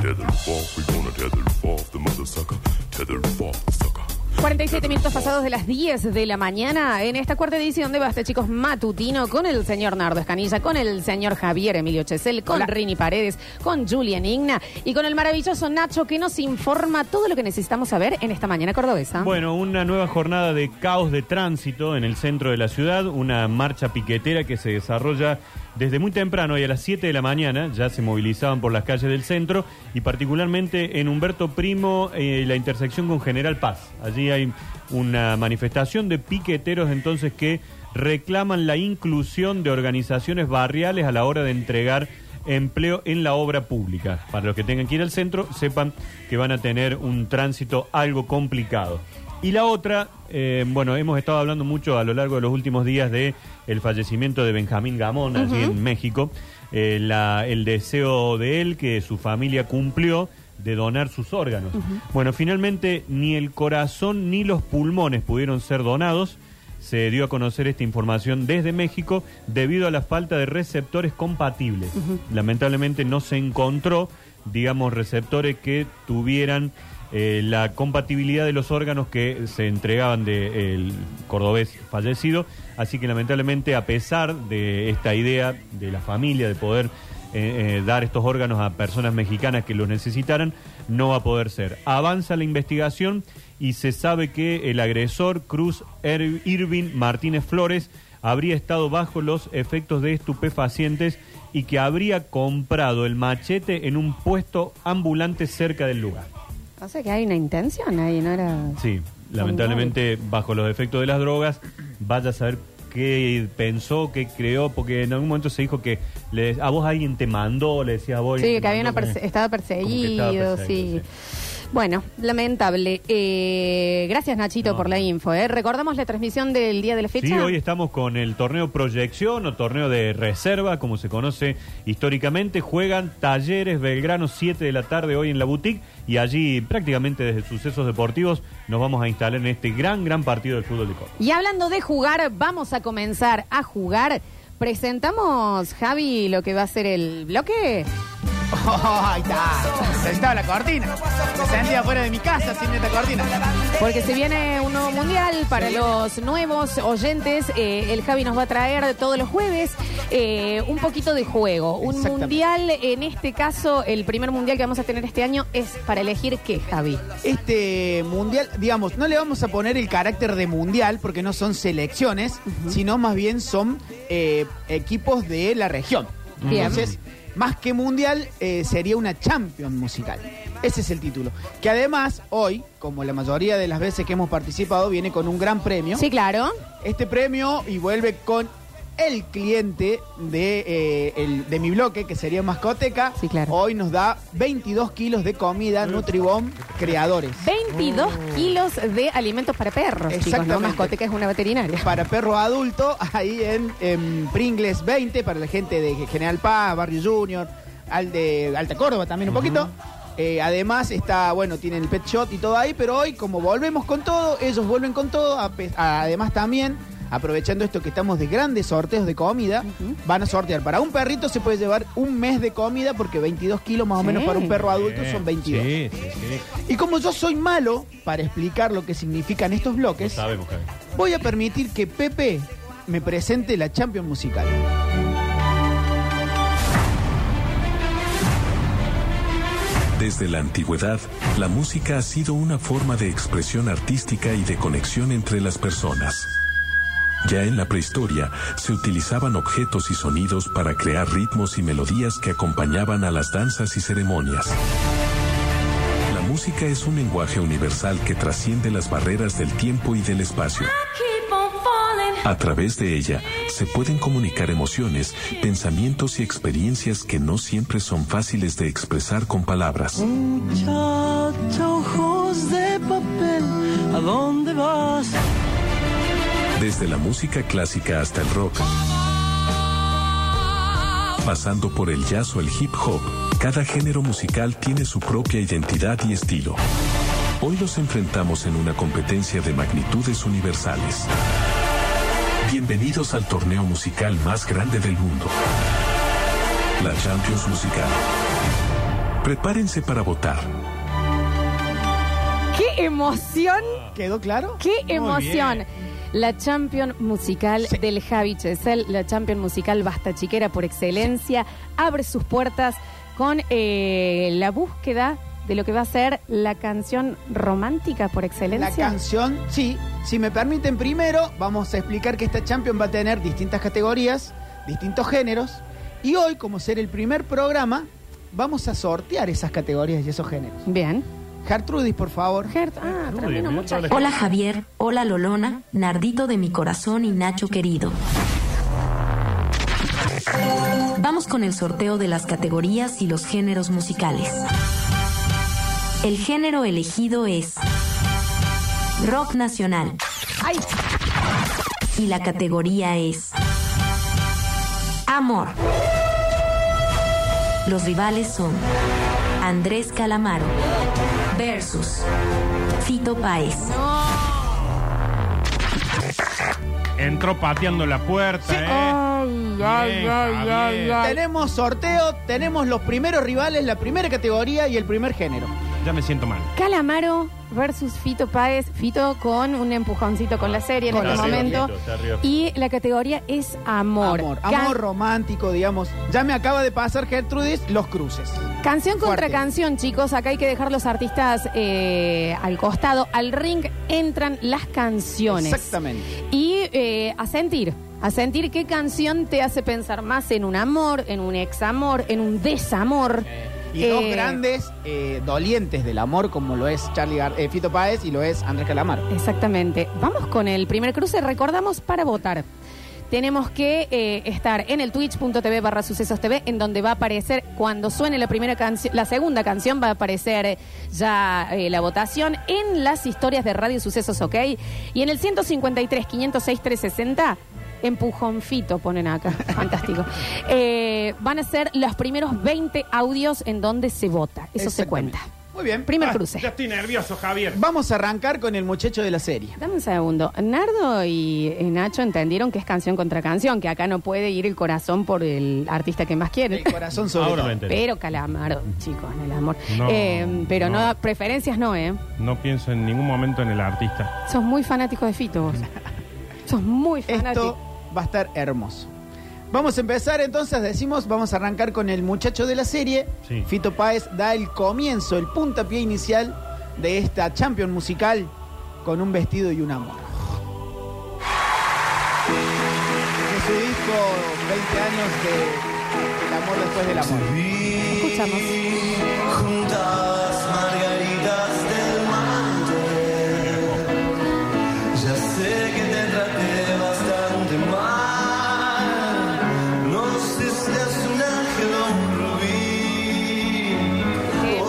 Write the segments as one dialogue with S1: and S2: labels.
S1: tether roof off. We gonna tether roof off the mother sucker. Tether roof off the sucker.
S2: 47 minutos pasados de las 10 de la mañana en esta cuarta edición de Basta, chicos, matutino con el señor Nardo Escanilla, con el señor Javier Emilio Chesel, con Rini Paredes, con Julian Igna y con el maravilloso Nacho que nos informa todo lo que necesitamos saber en esta mañana cordobesa.
S3: Bueno, una nueva jornada de caos de tránsito en el centro de la ciudad, una marcha piquetera que se desarrolla desde muy temprano y a las 7 de la mañana ya se movilizaban por las calles del centro y particularmente en Humberto Primo eh, la intersección con General Paz. Allí hay una manifestación de piqueteros entonces que reclaman la inclusión de organizaciones barriales a la hora de entregar empleo en la obra pública. Para los que tengan que ir al centro, sepan que van a tener un tránsito algo complicado. Y la otra, eh, bueno, hemos estado hablando mucho a lo largo de los últimos días de el fallecimiento de Benjamín Gamón allí en México, Eh, la- el deseo de él que su familia cumplió de donar sus órganos. Bueno, finalmente ni el corazón ni los pulmones pudieron ser donados. Se dio a conocer esta información desde México debido a la falta de receptores compatibles. Lamentablemente no se encontró, digamos, receptores que tuvieran eh, la compatibilidad de los órganos que se entregaban del cordobés fallecido. Así que lamentablemente, a pesar de esta idea de la familia de poder eh, eh, dar estos órganos a personas mexicanas que los necesitaran, no va a poder ser. Avanza la investigación y se sabe que el agresor Cruz Er- Irving Martínez Flores habría estado bajo los efectos de estupefacientes y que habría comprado el machete en un puesto ambulante cerca del lugar.
S2: O sea que hay una intención ahí, ¿no era?
S3: Sí, lamentablemente bajo los efectos de las drogas, vaya a saber qué pensó, qué creó, porque en algún momento se dijo que le- a vos alguien te mandó, le decía a vos...
S2: Sí,
S3: alguien
S2: que
S3: te
S2: había una
S3: mandó,
S2: perse-
S3: como-
S2: estaba
S3: como que
S2: perseguido,
S3: estaba
S2: sí.
S3: perseguido,
S2: Bueno, lamentable. Eh, gracias Nachito
S3: No.
S2: por la info. ¿eh? Recordamos la transmisión del día de la fecha.
S3: Sí, hoy estamos con el torneo proyección o torneo de reserva, como se conoce históricamente. Juegan Talleres Belgrano 7 de la tarde hoy en la boutique y allí prácticamente desde Sucesos Deportivos nos vamos a instalar en este gran, gran partido del fútbol de Córdoba.
S2: Y hablando de jugar, vamos a comenzar a jugar. Presentamos, Javi, lo que va a ser el bloque.
S4: Oh, ahí está. Necesitaba la cortina. Me sentía fuera de mi casa sin esta cortina.
S2: Porque se viene un nuevo mundial para los nuevos oyentes. eh, el Javi nos va a traer todos los jueves eh, un poquito de juego. Un
S4: Exactamente.
S2: mundial, en este caso, el primer mundial que vamos a tener este año es para elegir qué, Javi.
S4: Este mundial, digamos, no le vamos a poner el carácter de mundial porque no son selecciones, sino más bien son eh, equipos de la región.
S2: Bien.
S4: Entonces, más que mundial, eh, sería una champion musical. Ese es el título. Que además, hoy, como la mayoría de las veces que hemos participado, viene con un gran premio.
S2: Sí, claro.
S4: este premio y vuelve con el cliente de, eh, el- de mi bloque, que sería Mascoteca.
S2: Sí, claro.
S4: Hoy nos da 22 kilos de comida Nutribón Creadores.
S2: 22 kilos de alimentos para perros, chicos. No,
S4: Oh. Exactamente.
S2: mascoteca es una veterinaria.
S4: Para perro adulto, ahí en, en Pringles 20, para la gente de General Paz, Barrio Junior, al de Alta Córdoba también un poquito. Eh, además está, bueno, tienen el pet shot y todo ahí, pero hoy como volvemos con todo, ellos vuelven con todo, a pe- a- además también, aprovechando esto que estamos de grandes sorteos de comida, van a sortear. Para un perrito se puede llevar un mes de comida porque 22 kilos más o
S2: Sí.
S4: menos para un perro adulto
S2: Eh,
S4: son 22.
S3: Sí, sí, sí.
S4: Y como yo soy malo para explicar lo que significan estos
S3: Lo
S4: bloques,
S3: sabemos, Javi.
S4: Voy a permitir que Pepe me presente la Champion Musical.
S5: Desde la antigüedad, la música ha sido una forma de expresión artística y de conexión entre las personas. Ya en la prehistoria, se utilizaban objetos y sonidos para crear ritmos y melodías que acompañaban a las danzas y ceremonias. La música es un lenguaje universal que trasciende las barreras del tiempo y del espacio.
S6: keep on falling.
S5: A través de ella se pueden comunicar emociones, pensamientos y experiencias que no siempre son fáciles de expresar con palabras.
S7: ojos de papel, ¿a dónde vas?
S5: Desde la música clásica hasta el rock, pasando por el jazz o el hip hop, cada género musical tiene su propia identidad y estilo. Hoy los enfrentamos en una competencia de magnitudes universales. Bienvenidos al torneo musical más grande del mundo, la Champions Musical. Prepárense para votar.
S2: ¡Qué emoción!
S4: ¿Quedó claro?
S2: ¡Qué
S3: Muy
S2: emoción!
S3: bien.
S2: La champion musical
S4: Sí.
S2: del Javi Chesel, la champion musical basta chiquera por excelencia, abre sus puertas con eh, la búsqueda de lo que va a ser la canción romántica por excelencia.
S4: La canción, sí. Si me permiten, primero vamos a explicar que esta Champion va a tener distintas categorías, distintos géneros. Y hoy, como ser el primer programa, vamos a sortear esas categorías y esos géneros.
S2: Bien.
S4: Gertrudis, por favor.
S2: Gert, ah,
S3: Muy
S2: termino
S3: bien, ¿eh?
S2: mucha
S3: toda la
S2: gente.
S8: Hola Javier, hola Lolona, Nardito de mi corazón y Nacho querido. Vamos con el sorteo de las categorías y los géneros musicales. El género elegido es rock nacional
S2: ¡Ay!
S8: y la categoría es amor. Los rivales son Andrés Calamaro versus Fito Páez.
S9: Entró pateando la puerta, ¿eh?
S2: Ay, ay, ay,
S9: Bien,
S2: ay,
S9: Javier.
S2: ay.
S4: Tenemos sorteo, tenemos los primeros rivales, la primera categoría y el primer género.
S9: Ya me siento mal.
S2: Calamaro versus Fito Páez. Fito con un empujoncito con la serie en
S4: Con
S2: este
S4: la serie,
S2: momento.
S3: Fito, está arriba.
S2: Y la categoría es amor.
S4: Amor, amor,
S2: Can-
S4: romántico, digamos. Ya me acaba de pasar Gertrudis, los cruces.
S2: Canción contra
S4: Fuerte.
S2: canción, chicos. Acá hay que dejar los artistas eh, al costado. Al ring entran las canciones.
S4: Exactamente.
S2: Y eh, a sentir. A sentir qué canción te hace pensar más en un amor, en un examor, en un desamor.
S4: Y
S2: Eh,
S4: dos grandes eh, dolientes del amor, como lo es Charlie Gar- eh, Fito Páez y lo es Andrés Calamar.
S2: Exactamente. Vamos con el primer cruce. Recordamos para votar. Tenemos que eh, estar en el twitch.tv barra sucesos TV, en donde va a aparecer, cuando suene la primera canción, la segunda canción, va a aparecer eh, ya eh, la votación en las historias de Radio Sucesos OK. Y en el 153, 506, 360, empujonfito ponen acá. Fantástico. Eh, van a ser los primeros 20 audios en donde se vota. Eso se
S4: Exactamente.
S2: cuenta.
S4: Muy bien.
S2: Primer
S9: Ah,
S2: cruce.
S9: Ya estoy nervioso, Javier.
S4: Vamos a arrancar con el muchacho de la serie.
S2: Dame un segundo. Nardo y eh, Nacho entendieron que es canción contra canción, que acá no puede ir el corazón por el artista que más quiere.
S4: El corazón sobre
S3: Ahora
S4: todo.
S3: me enteré.
S2: Pero calamaro, chicos, en el amor.
S9: No,
S2: Eh, pero no.
S9: no.
S2: preferencias no, ¿eh?
S9: No pienso en ningún momento en el artista.
S2: Sos muy fanático de Fito vos. Sos muy
S4: Esto
S2: fanático.
S4: va a estar hermoso. Vamos a empezar entonces, decimos, vamos a arrancar con el muchacho de la serie.
S3: Sí.
S4: Fito Páez da el comienzo, el puntapié inicial de esta champion musical con un vestido y un amor. De su disco 20 años de El amor después del amor.
S2: Escuchamos. Eh,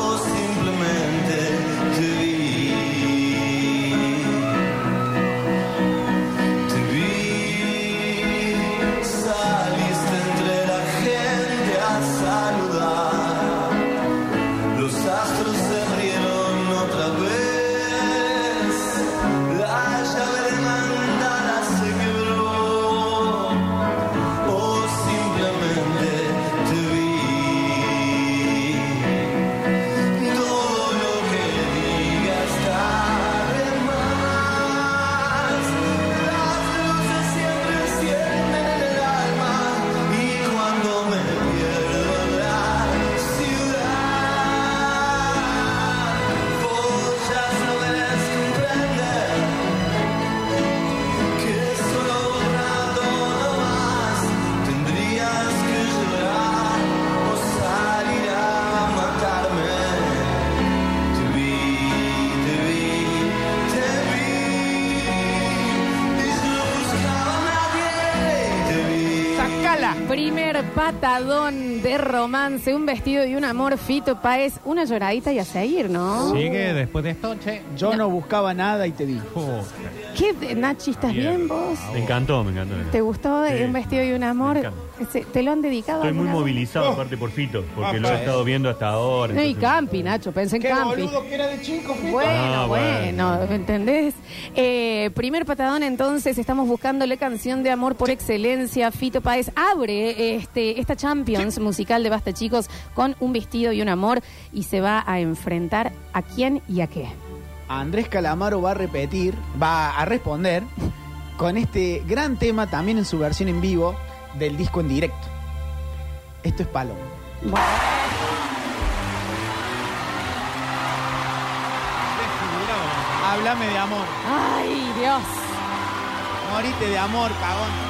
S4: ¡Sacala!
S2: Primer patadón de romance, un vestido y un amor, Fito Paez, una lloradita y a seguir, ¿no?
S9: Sigue después de esto, che.
S4: Yo no. buscaba nada y te vi.
S2: ¿Qué, Nachi, estás bien vos?
S3: Me encantó, me encantó.
S2: ¿Te gustó
S3: Sí.
S2: un vestido y un amor?
S3: Me encanta.
S2: Ese, ¿Te lo han dedicado?
S3: Estoy muy
S2: alguna vez?
S3: movilizado,
S9: Oh.
S3: aparte por Fito, porque
S9: Ah,
S3: lo he
S9: pa,
S3: estado viendo hasta ahora.
S2: No, y
S3: entonces-
S2: Campi,
S4: ah,
S2: Nacho, pensé en
S9: Qué
S2: Campi.
S9: boludo que era de chico, Fito.
S2: Bueno,
S3: Ah,
S2: bueno,
S3: bueno.
S2: ¿me entendés? Eh, primer patadón, entonces, estamos buscando la canción de amor por excelencia. Fito Páez abre este, esta Champions musical de Basta Chicos con un vestido y un amor y se va a enfrentar a quién y a qué.
S4: Andrés Calamaro va a repetir, va a responder con este gran tema también en su versión en vivo del disco en directo. Esto es Paloma. Háblame de amor,
S2: ¡Ay, Dios!
S4: morite de amor, cagón.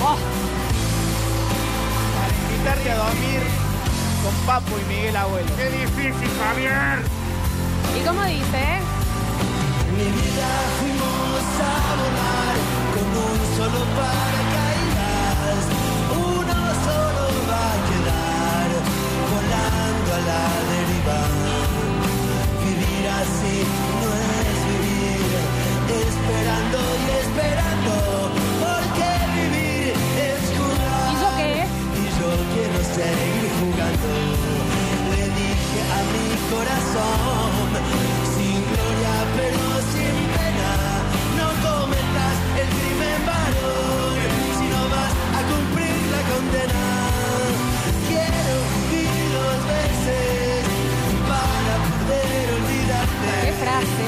S4: Oh. Para invitarte a dormir con Papo y Miguel Abuelo.
S9: ¡Qué difícil, Javier!
S2: ¿Y cómo dice? ¿Y yo qué? ¡Qué frase!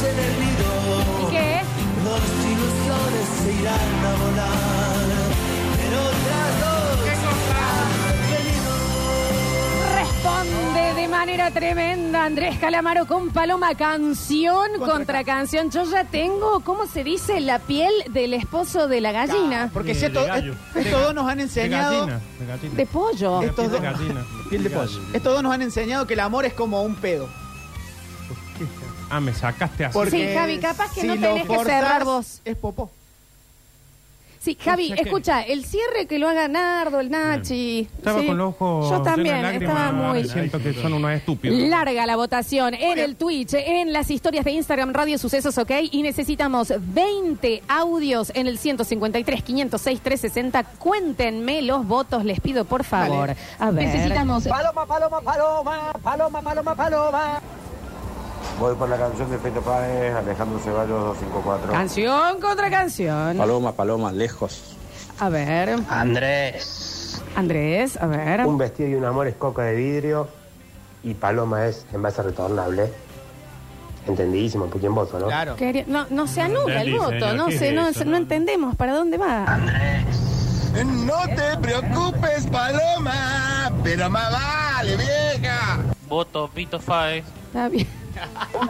S2: ¿Y qué? Responde de manera tremenda Andrés Calamaro con Paloma, canción contra, canción. Yo ya tengo, ¿cómo se dice? La piel del esposo de la gallina.
S4: Porque
S9: Eh,
S4: si
S9: de
S4: esto-
S9: gallo.
S4: est- estos dos nos han
S9: De
S4: enseñado.
S9: gallina, de gallina.
S2: De pollo.
S4: Estos
S9: Piel de
S4: dos-
S9: gallina.
S4: Piel de pollo. Estos dos nos han enseñado que el amor es como un pedo.
S9: Ah, me sacaste así.
S4: Porque
S2: Sí, Javi, capaz que
S4: si
S2: no
S4: lo
S2: tenés que
S4: forzás,
S2: cerrar vos.
S4: Es popó.
S2: Sí, Javi,
S9: O sea que-
S2: escucha, el cierre que lo haga Nardo, el Nachi.
S9: Estaba
S2: Sí.
S9: con los ojos.
S2: Yo
S9: llenos de
S2: también,
S9: lágrimas,
S2: estaba muy.
S9: Siento que son unos estúpidos.
S2: Larga la votación en el Twitch, en las historias de Instagram Radio Sucesos, ok. Y necesitamos 20 audios en el 153, 506, 360. Cuéntenme los votos, les pido por favor. A ver. Necesitamos.
S10: Paloma, paloma, paloma, paloma, paloma, paloma.
S11: Voy por la canción de Fito Páez, Alejandro Ceballos 254.
S2: Ah. Canción contra canción.
S10: Paloma, paloma, lejos.
S2: A ver.
S10: Andrés.
S2: Andrés, a ver.
S11: Un vestido y un amor es coca de vidrio y paloma es envase retornable. Entendidísimo, Putin Bozo, ¿no?
S4: Claro.
S2: Quería- No, no se anula el
S3: Entendí,
S2: voto,
S3: señor,
S2: no,
S3: ¿qué
S2: sé,
S3: es
S2: no,
S3: eso?
S2: no entendemos para dónde va.
S11: No te preocupes, paloma, pero más vale, vieja.
S7: Voto Pito Faes.
S2: Está bien. Ay,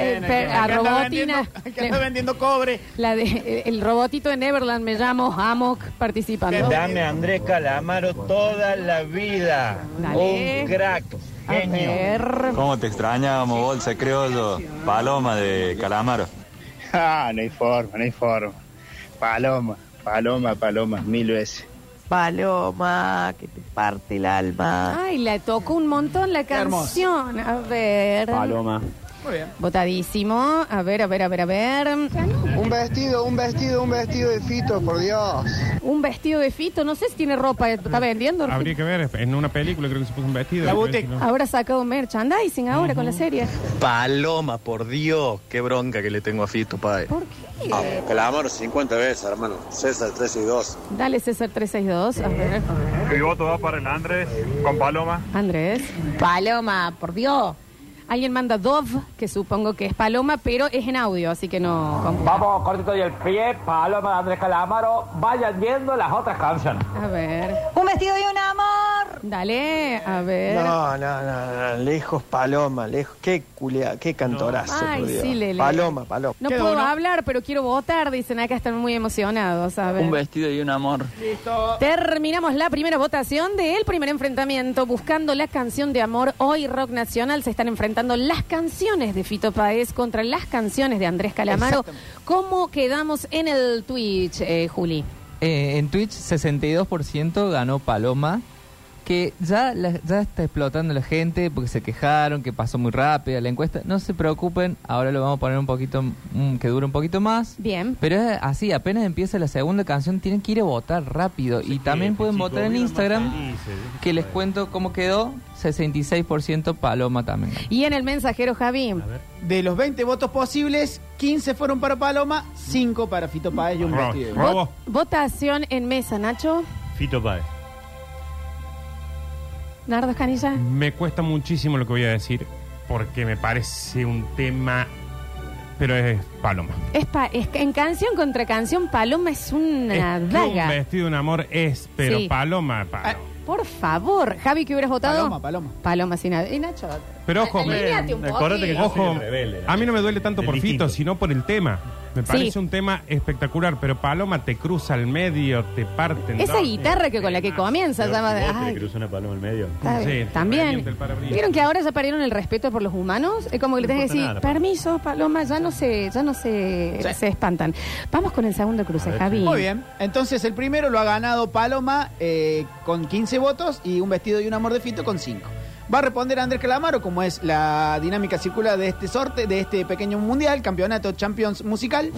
S4: Bien,
S2: per-
S4: acá
S2: a
S4: anda
S2: robotina.
S4: vendiendo- Acá está vendiendo cobre.
S2: La de, el robotito en Neverland me llamo Amok participando.
S4: Dame
S11: Andrés Calamaro toda la vida.
S2: Dale. Un
S11: crack.
S2: A ver.
S5: ¿Cómo te extrañamos, bolsa criollo? Paloma de Calamaro.
S11: Ah, no hay forma, no hay forma. Paloma, paloma, paloma, mil veces.
S7: Paloma, que te parte el alma.
S2: Ay, la tocó un montón la
S4: hermoso.
S2: canción. A ver.
S4: Muy bien.
S2: Votadísimo. A ver, a ver, a ver, a ver.
S10: Un vestido, un vestido, un vestido de fito, por Dios.
S2: Un vestido de fito. No sé si tiene ropa. ¿Está vendiendo?
S9: Habría que ver, en una película creo que se puso un vestido.
S4: La
S9: Hay que ver
S4: boutique.
S9: si no.
S2: Habrá sacado merchandising ahora con la serie.
S10: Paloma, por Dios. Qué bronca que le tengo a Fito, padre. Ah,
S2: ¿Por qué?
S5: Calamaro 50 veces, hermano. César 3 y 2.
S2: Dale César 362. A ver.
S1: Mi voto va para el Andrés con Paloma.
S2: Andrés. Paloma, por Dios. Alguien manda Dove, que supongo que es Paloma, pero es en audio, así que no. computa.
S11: Vamos, cortito y el pie, paloma, Andrés Calamaro. Vayan viendo las otras canciones.
S2: A ver.
S10: Un vestido y un amor. ver.
S2: Dale, a
S7: ¿Eh?
S2: ver.
S10: No, no, no, no, lejos Paloma, lejos. Qué culea, qué cantorazo.
S2: Ay,
S10: por Dios.
S2: sí, Lele.
S10: Paloma, Paloma.
S2: No puedo hablar, pero quiero votar, dicen acá, están muy emocionados, a ver.
S12: Un vestido y un amor.
S2: Terminamos la primera votación del primer enfrentamiento, buscando la canción de amor. Hoy Rock Nacional se están enfrentando las canciones de Fito Paez contra las canciones de Andrés Calamaro. ¿Cómo quedamos en el Twitch, eh, Juli?
S13: Eh, en Twitch 62% ganó Paloma, que ya, la- ya está explotando la gente porque se quejaron, que pasó muy rápida la encuesta. No se preocupen, ahora lo vamos a poner un poquito, mm, que dure un poquito más.
S2: Bien.
S13: Pero es así, apenas empieza la segunda canción, tienen que ir a votar rápido. y también pueden votar en Instagram, que les cuento cómo quedó. 66% Paloma también.
S2: Y en el mensajero, Javi.
S4: De los 20 votos posibles, 15 fueron para Paloma, 5 para Fito Páez y un
S3: Robo,
S4: vestido.
S3: robo.
S4: Vot-
S2: Votación en mesa, Nacho.
S3: Fito Páez.
S2: Nardo Escanilla.
S9: Me cuesta muchísimo lo que voy a decir porque me parece un tema, pero es Paloma.
S2: Es pa- es que en canción contra canción, Paloma es una
S9: Es que Un
S2: daga.
S9: vestido, un amor es, pero
S2: Sí.
S9: Paloma, Paloma.
S2: Por favor, Javi, ¿qué hubieras votado?
S9: Paloma,
S4: Eh, Paloma.
S2: Paloma, sin nada. Y Nacho.
S9: Pero ojo,
S2: Alineate un
S9: acordate
S2: poquito.
S9: que yo soy el rebelde, ¿no? a mí no me duele tanto por Fito, sino por el tema. Me
S2: Sí.
S9: parece un tema espectacular, pero Paloma te cruza al medio, te parten.
S2: Esa
S9: dos.
S2: guitarra que con la que comienza, ya va de- ay,
S3: Cruzó una paloma en el medio.
S2: está bien, también. ¿Vieron que ahora ya perdieron el respeto por los humanos? Es como que le tenés que decir,
S3: importa nada,
S2: permiso, Paloma, ya no se, ya no se,
S4: Sí.
S2: se espantan. Vamos con el segundo cruce, Javi.
S4: Muy bien. Entonces el primero lo ha ganado Paloma eh, con 15 votos y un vestido y un amor de Fito con 5. Va a responder Andrés Calamaro, como es la dinámica circular de este sorte, de este pequeño mundial, campeonato Champions musical.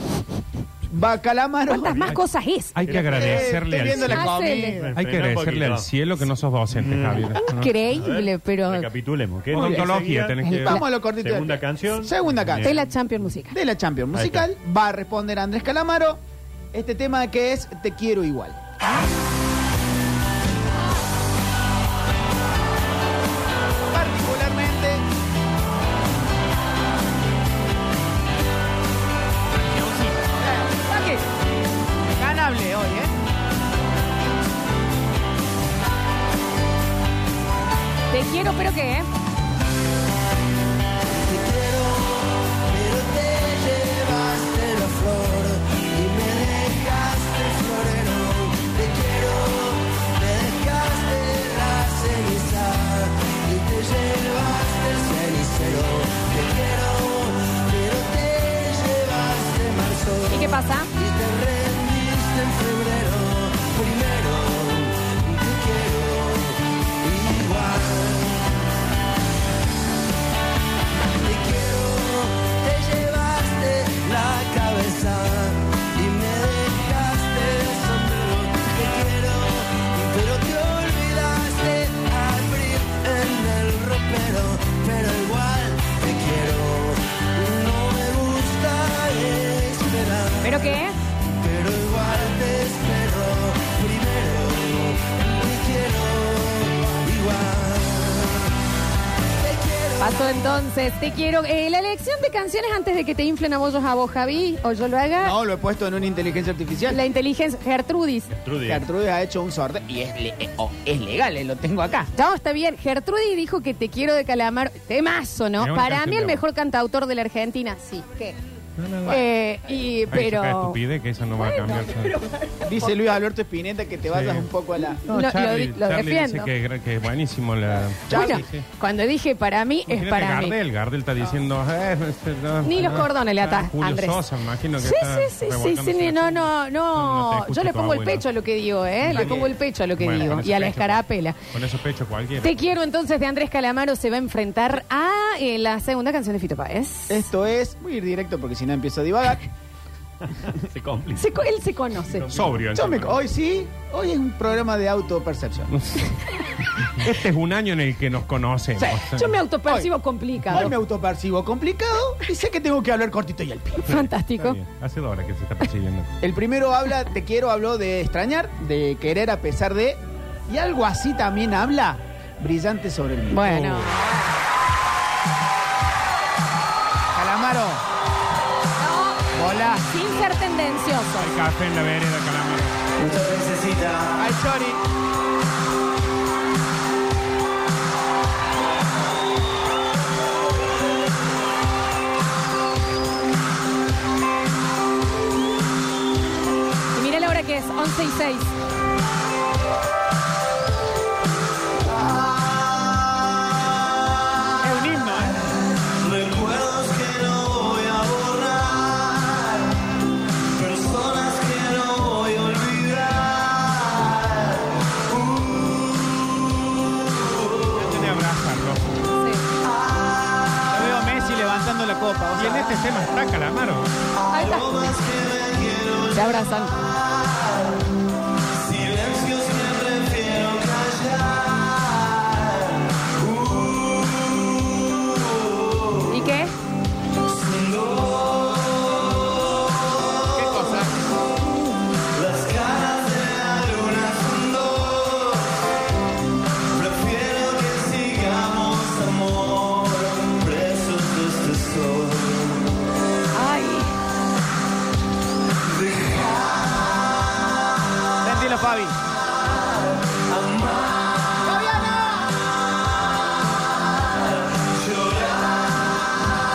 S4: Va Calamaro.
S2: ¿Cuántas más cosas es?
S9: Hay que
S4: Eh,
S9: agradecerle
S4: estoy
S9: al
S4: viendo la
S9: cielo.
S4: comida.
S9: Hay que agradecerle al cielo que no sos docente,
S4: Mm.
S9: Javier.
S2: Increíble, pero.
S3: Capitulemos. ¿Qué
S9: Con ontología tenés que-
S4: Vamos a lo cortito.
S3: Segunda canción.
S4: Segunda canción.
S2: De la Champions Musical.
S4: De la Champions
S3: Ahí está.
S4: Musical. Va a responder Andrés Calamaro este tema que es Te quiero igual. Particularmente. Eh, Paqui, Ganable hoy, ¿eh?
S2: Te quiero, pero ¿qué? eh? ¿Y qué pasa?
S7: Te llevaste la cabeza y me dejaste el sombrero. Te quiero, pero te olvidaste abrir en el ropero. Pero igual te quiero. No me gusta esperar.
S2: ¿Pero qué?
S7: Pero igual te espero. Primero te quiero igual.
S2: Pasó entonces, te quiero. Eh, la elección de canciones antes de que te inflen a vos, a vos, Javi, o yo lo haga.
S4: No, lo he puesto en una inteligencia artificial.
S2: La inteligencia, Gertrudis.
S4: Gertrudis ha hecho un sorteo y es, le- eh, oh, es legal, eh, lo tengo acá.
S2: No, está bien. Gertrudis dijo que te quiero de calamar. Temazo,
S4: Es
S2: ¿no?
S4: una
S2: Para
S4: canción
S2: mí el
S4: de
S2: mejor cantautor de la Argentina, sí. ¿Qué? Eh, y,
S9: Ay, saca de
S2: pero.
S9: estupidez que eso no va a cambiar.
S4: Dice Luis Alberto Espineta que te vayas un poco a la.
S9: No,
S2: Lo- lo
S9: Charlie,
S2: di- lo
S9: Charlie
S2: defiendo.
S9: dice que, que es buenísimo la...
S2: Bueno, cuando dije para mí, es
S9: Imagínate
S2: para mí.
S9: Gardel, Gardel está diciendo... eh, este, no,
S2: Ni los
S9: no.
S2: cordones le atás,
S9: Julio
S2: Andrés.
S9: Sosa, me imagino que
S2: Sí,
S9: está
S2: sí, sí, sí, sí,
S9: revolcándose.
S2: no, no,
S9: no te
S2: no.
S9: escucha
S2: Yo le
S9: tu
S2: pongo el
S9: abuela.
S2: pecho a lo que digo, ¿eh? Le
S9: Bien.
S2: pongo el pecho a lo que
S9: Bueno,
S2: digo.
S9: con ese
S2: Y a la
S9: pecho.
S2: escarapela.
S9: Con esos pechos cualquiera.
S2: Te quiero entonces de Andrés Calamaro se va a enfrentar a eh, la segunda canción de Fito Páez.
S4: Esto es, voy a ir directo porque si no empiezo a divagar.
S3: Se complica.
S2: Se co- él se conoce.
S9: Sobrio.
S4: Yo me-
S9: encima.
S4: hoy sí, hoy es un programa de autopercepción.
S9: Este es un año en el que nos conocemos.
S4: Sí.
S2: Yo me autopercibo complicado.
S4: Hoy me autopercibo complicado y sé que tengo que hablar cortito y al pie.
S2: Fantástico.
S9: Hace dos horas que se está persiguiendo.
S4: El primero habla, te quiero, habló de extrañar, de querer a pesar de. Y algo así también habla, brillante sobre el mundo.
S2: Bueno.
S4: Calamaro.
S9: Oh.
S4: Hola.
S2: Sin ser tendencioso.
S9: Hay café en la vereda, calamar.
S7: Muchas necesita.
S4: Ay, Chori.
S2: seis.
S4: Es un himno, ¿eh?
S14: Recuerdos que no voy a borrar, personas que no voy a olvidar.
S3: Tiene abrazarlo.
S4: Lo veo a Messi levantando la copa.
S3: Y en este tema está Calamaro.
S2: Ahí está. Se abrazan.
S14: Silencios que prefiero callar.
S2: ¿Y qué?
S14: ¿Qué cosa? Las caras de la luna son dos. Prefiero que sigamos amor, presos de este sol.
S2: Ay.
S4: Tranquilo, Fabi.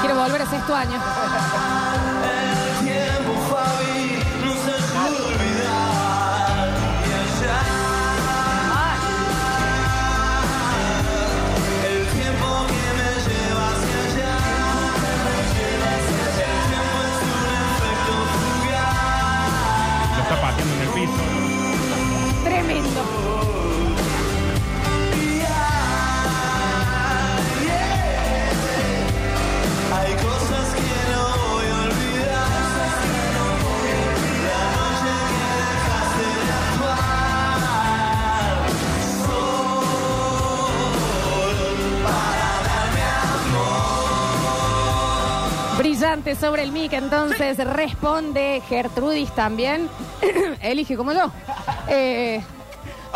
S2: Quiero volver a sexto año.
S14: Tiempo, Fabi, nos ayuda a olvidar. Y allá. El tiempo que me lleva hacia allá. El tiempo es un efecto fugaz.
S3: Lo está pateando en el piso.
S2: Tremendo.
S14: Hay cosas que no voy a olvidar. La noche que dejaste de actuar. Solo para darme
S2: Brillante sobre el mic, entonces responde Gertrudis también. Elige como yo. Eh,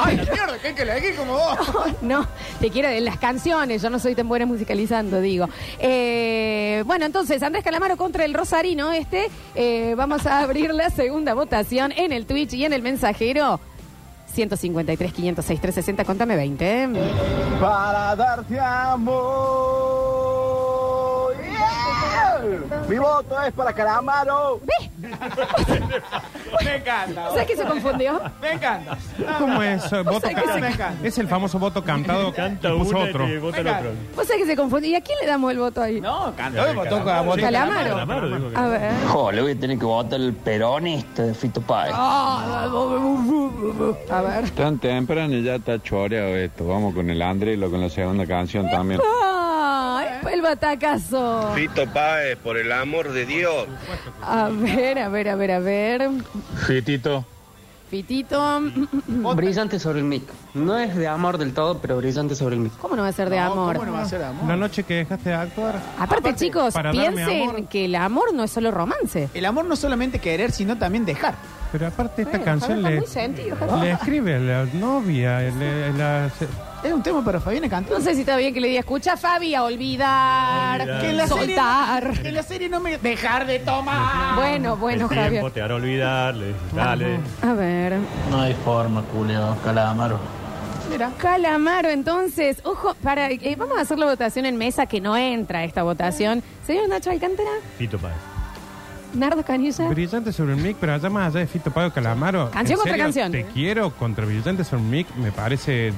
S4: Ay, la mierda, que hay que elegir como vos.
S2: no, te quiero en las canciones, yo no soy tan buena musicalizando, digo. Eh, bueno, entonces, Andrés Calamaro contra el Rosarino, este, eh, vamos a abrir la segunda votación en el Twitch y en el mensajero. 153, 506, 360, contame 20. ¿eh?
S14: Para darte amor. Mi voto es para Calamaro.
S4: Me encanta.
S2: ¿Sabes que se confundió?
S4: Me encanta.
S3: ¿Cómo es? eso?
S2: O
S3: Voto
S2: sea, que
S3: ca-
S2: se-
S3: Me encanta. Es el famoso voto cantado.
S15: Canta
S3: y puso
S15: uno
S3: otro.
S15: y vota el
S4: Venga.
S15: otro.
S2: ¿Vos sabés que se confundió? ¿Y a quién le damos el voto ahí?
S4: No, canta. Hoy votó con- votó-
S2: Calamaro.
S15: Calamaro dijo que-
S2: A ver.
S16: Jo, le voy a tener que votar el peronista de Fito Páez.
S2: A ver.
S13: Tan temprano ya está choreado esto. Vamos con el André y lo con la segunda canción también.
S2: Ay, el batacazo.
S17: Fito Páez, por el amor de Dios.
S2: A ver, a ver, a ver, a ver.
S17: Fitito.
S2: Pitito.
S18: Brillante sobre el mic. No es de amor del todo, pero brillante sobre el mic.
S2: ¿Cómo no va a ser de
S18: No,
S2: amor?
S18: ¿cómo no va a ser de
S3: La noche que dejaste de actuar.
S2: Aparte, chicos,
S3: para darme
S2: piensen
S3: amor.
S2: que el amor no es solo romance.
S4: El amor no es solamente querer, sino también dejar.
S3: Pero aparte esta
S2: Bueno,
S3: canción
S2: Fabián,
S3: le,
S2: está muy sentido,
S3: le
S2: Fabián.
S3: escribe a la novia. le- la- se-
S4: Es un tema para Fabiana Cantú.
S2: No sé si está bien que le diga, escucha Fabi a olvidar,
S15: Olvidar.
S4: Que en la
S2: soltar.
S4: serie. Que en la serie no me. Dejar de tomar.
S2: Bueno, bueno,
S15: el tiempo
S2: Javier.
S15: te hará olvidar, le- dale.
S2: A ver.
S18: No hay forma, culeo, calamaro.
S2: Mira. Calamaro, entonces, ojo, para, eh, vamos a hacer la votación en mesa que no entra esta votación. Señor Nacho Alcántara,
S15: Fito Páez.
S2: Nardo Canilla.
S3: Brillante sobre el mic, pero allá más allá de Fito Pago Calamaro.
S2: Canción
S3: ¿en
S2: contra
S3: serio?
S2: canción.
S3: Te quiero contra Brillante sobre el mic, me parece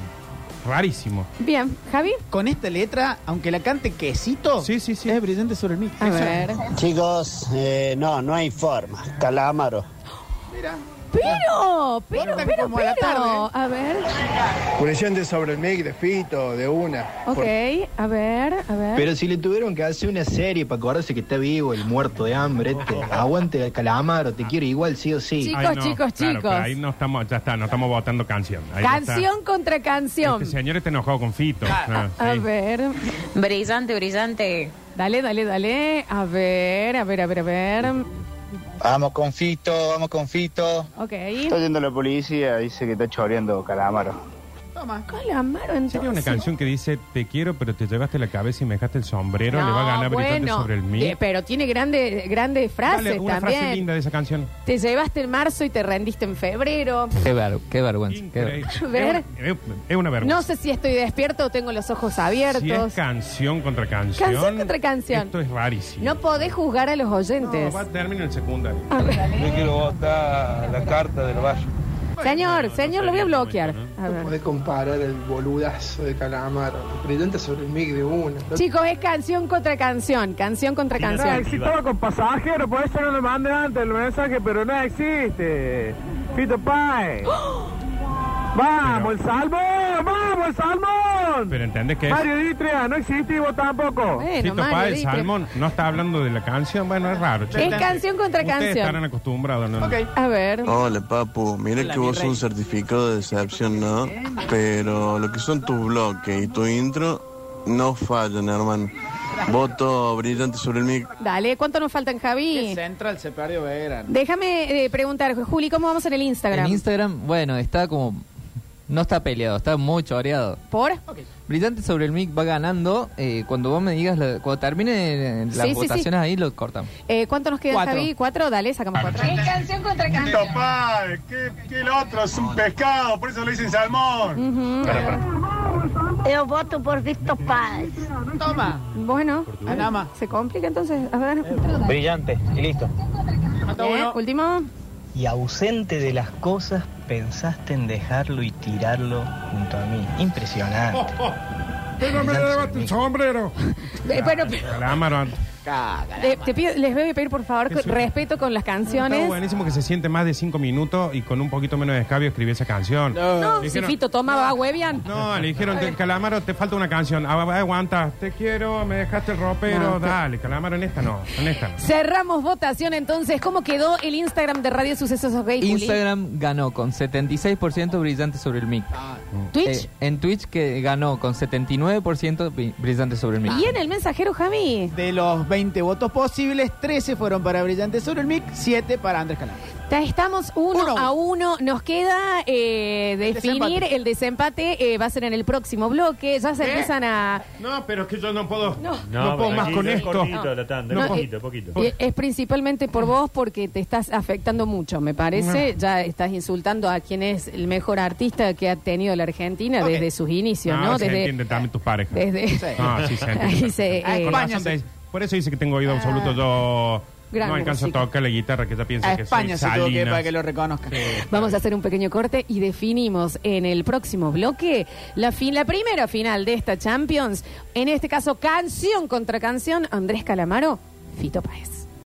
S3: rarísimo.
S2: Bien, Javi.
S4: Con esta letra, aunque la cante quesito, sí, sí, sí. es brillante sobre mí.
S2: A ver.
S19: Chicos, eh, no, no hay forma. Calamaro.
S4: Mira.
S2: Pero, pero,
S4: Cortan
S2: pero,
S4: como a la
S2: pero.
S3: ¿eh?
S2: A ver.
S20: Brillante sobre el mic de Fito, de una.
S2: Ok, a ver, a ver.
S21: Pero si le tuvieron que hacer una serie para acordarse que está vivo el muerto de hambre, este, aguante el calamaro, te quiero igual sí o sí.
S2: Chicos,
S3: Ahí no,
S2: chicos,
S3: claro,
S2: chicos.
S3: pero ahí no estamos, ya está, no estamos votando canción. Ahí ya está.
S2: Canción contra canción.
S3: Este señor está enojado con Fito. Ah,
S2: A
S3: sí.
S2: ver. Brillante, brillante. Dale, dale, dale. A ver, a ver, a ver, a ver.
S9: Vamos con Fito, vamos con Fito.
S2: Ok.
S9: Está yendo la policía, dice que está choreando Calamaro.
S4: Toma.
S2: Calamaro,
S3: Sería una
S2: entonces.
S3: canción que dice te quiero, pero te llevaste la cabeza y me dejaste el sombrero, le va a ganar
S2: No,
S3: Brillante sobre el mic.
S2: eh, pero tiene grande- grandes frases
S3: Dale una
S2: también.
S3: frase linda de esa canción.
S2: Te llevaste en marzo y te rendiste en febrero.
S22: Qué, ver- qué vergüenza. qué
S3: Eh,
S22: ver-
S2: A ver.
S3: Es es una vergüenza.
S2: No sé si estoy despierto o tengo los ojos
S3: eh, Si es
S2: abiertos.
S3: canción contra canción.
S2: Canción contra canción.
S3: Esto es rarísimo.
S2: No podés juzgar a los oyentes.
S3: va a terminar el secundario.
S2: A ver.
S23: Yo quiero votar la carta del Valle.
S2: Señor, señor, lo voy a
S9: este
S2: bloquear. A
S24: No
S2: ver.
S24: podés comparar el boludazo de Calamaro. Brillante sobre el mic de una.
S2: Chicos, es canción contra canción, canción contra canción.
S25: con pasajeros, por eso no le mandé antes el mensaje, pero no existe. Fito Páez.
S2: ¡Oh!
S25: ¡Vamos, el salmón! ¡Vamos, el salmón!
S9: Pero ¿entendés que es?
S25: Mario Ditria, no existe y vos tampoco.
S9: Fito Páez, Salmón, no está hablando de la canción. Bueno, es raro. che.
S2: Es canción contra
S9: Ustedes
S2: canción.
S9: estarán acostumbrados, ¿no?
S2: A ver.
S26: Hola papu, mira
S2: Hola,
S26: que
S2: mi
S26: vos sos un certificado de decepción, ¿no? Pero lo que son tus bloques y tu intro no fallan, hermano. Voto brillante sobre el mic.
S2: Dale, ¿cuánto nos faltan, Javi?
S4: Central se perdió Vera.
S2: Déjame eh, preguntar, Juli, ¿cómo vamos en el Instagram?
S13: En Instagram, bueno, está como. No está peleado, está muy choreado.
S2: ¿Por?
S13: Brillante sobre el mic va ganando. eh, cuando vos me digas, la- cuando termine eh, las
S2: Sí, sí, sí.
S13: votaciones ahí, lo cortamos.
S2: Eh, ¿Cuánto nos queda,
S13: Cuatro. Ah,
S2: Javi? ¿Cuatro? Dale, sacamos cuatro. Es canción contra
S27: Fito Páez, que, que el otro es un pescado, por eso le dicen salmón.
S28: Yo voto por Víctor Paz.
S4: Toma.
S2: Bueno, se complica entonces. A
S13: Eh,
S2: ver.
S29: Brillante, y listo.
S2: Bien, Último.
S29: Y ausente de las cosas, pensaste en dejarlo y tirarlo junto a mí. Impresionante.
S2: Pero me
S29: levanto
S2: el
S9: sombrero.
S2: Eh, bueno, pero-
S9: Calamaro.
S2: Eh, te pido- les voy a pedir, por favor, con- respeto con las
S9: Está
S2: canciones.
S9: buenísimo que se siente más de cinco minutos y con un poquito menos de escabio escribí esa canción.
S2: No,
S9: Le
S2: si
S9: dijeron-
S2: Fito toma, va, huevian.
S9: No, le dijeron, "Te- Calamaro, te falta una canción. Ah, Aguanta, te quiero, me dejaste el ropero.
S2: No, te-
S9: Dale, Calamaro, en esta no, en esta no.
S2: Cerramos votación entonces. ¿Cómo quedó el Instagram de Radio Sucesos OK, Juli?
S13: Instagram ganó con 76% brillante sobre el mic.
S2: ¿Twitch?
S13: Eh, en Twitch que ganó con 79% bri- brillante sobre el mic.
S2: ¿Y en el mensajero, Javi?
S4: De los 20 votos posibles, 13 fueron para Brillante sobre el mic, 7 para Andrés Calamaro.
S2: Ya estamos uno, a uno. Nos queda eh, definir
S4: desempate.
S2: el desempate. eh, va a ser en el próximo bloque. Ya se
S9: ¿Eh?
S2: empiezan a.
S9: No, pero es que yo no puedo. No,
S3: No,
S9: puedo
S3: pero
S9: más
S3: aquí
S9: con
S3: es
S9: esto.
S3: cortito la tanda,
S2: No,
S3: es
S2: eh,
S3: poquito, poquito.
S2: y es principalmente por vos porque te estás afectando mucho, me parece. Ya estás insultando a quien es el mejor artista que ha tenido la Argentina desde sus inicios, ¿no?
S9: No, Ah, se
S2: Desde,
S9: entiende también tus parejas.
S2: desde-
S9: No, Ah, sí se entiende. Ah,
S2: Ahí se,
S9: Con
S2: eh, Ah.
S9: razón te dice- por eso dice que tengo oído absoluto. Yo
S2: Gran
S9: no alcanzo
S2: músico.
S9: a tocar la guitarra que ya piensa
S4: A
S9: que
S4: España se
S9: soy
S4: tuvo que ir
S9: Salinas.
S4: para que lo reconozcan.
S2: Vamos a hacer un pequeño corte y definimos en el próximo bloque la, fin, la primera final de esta Champions. En este caso, canción contra canción, Andrés Calamaro, Fito Páez.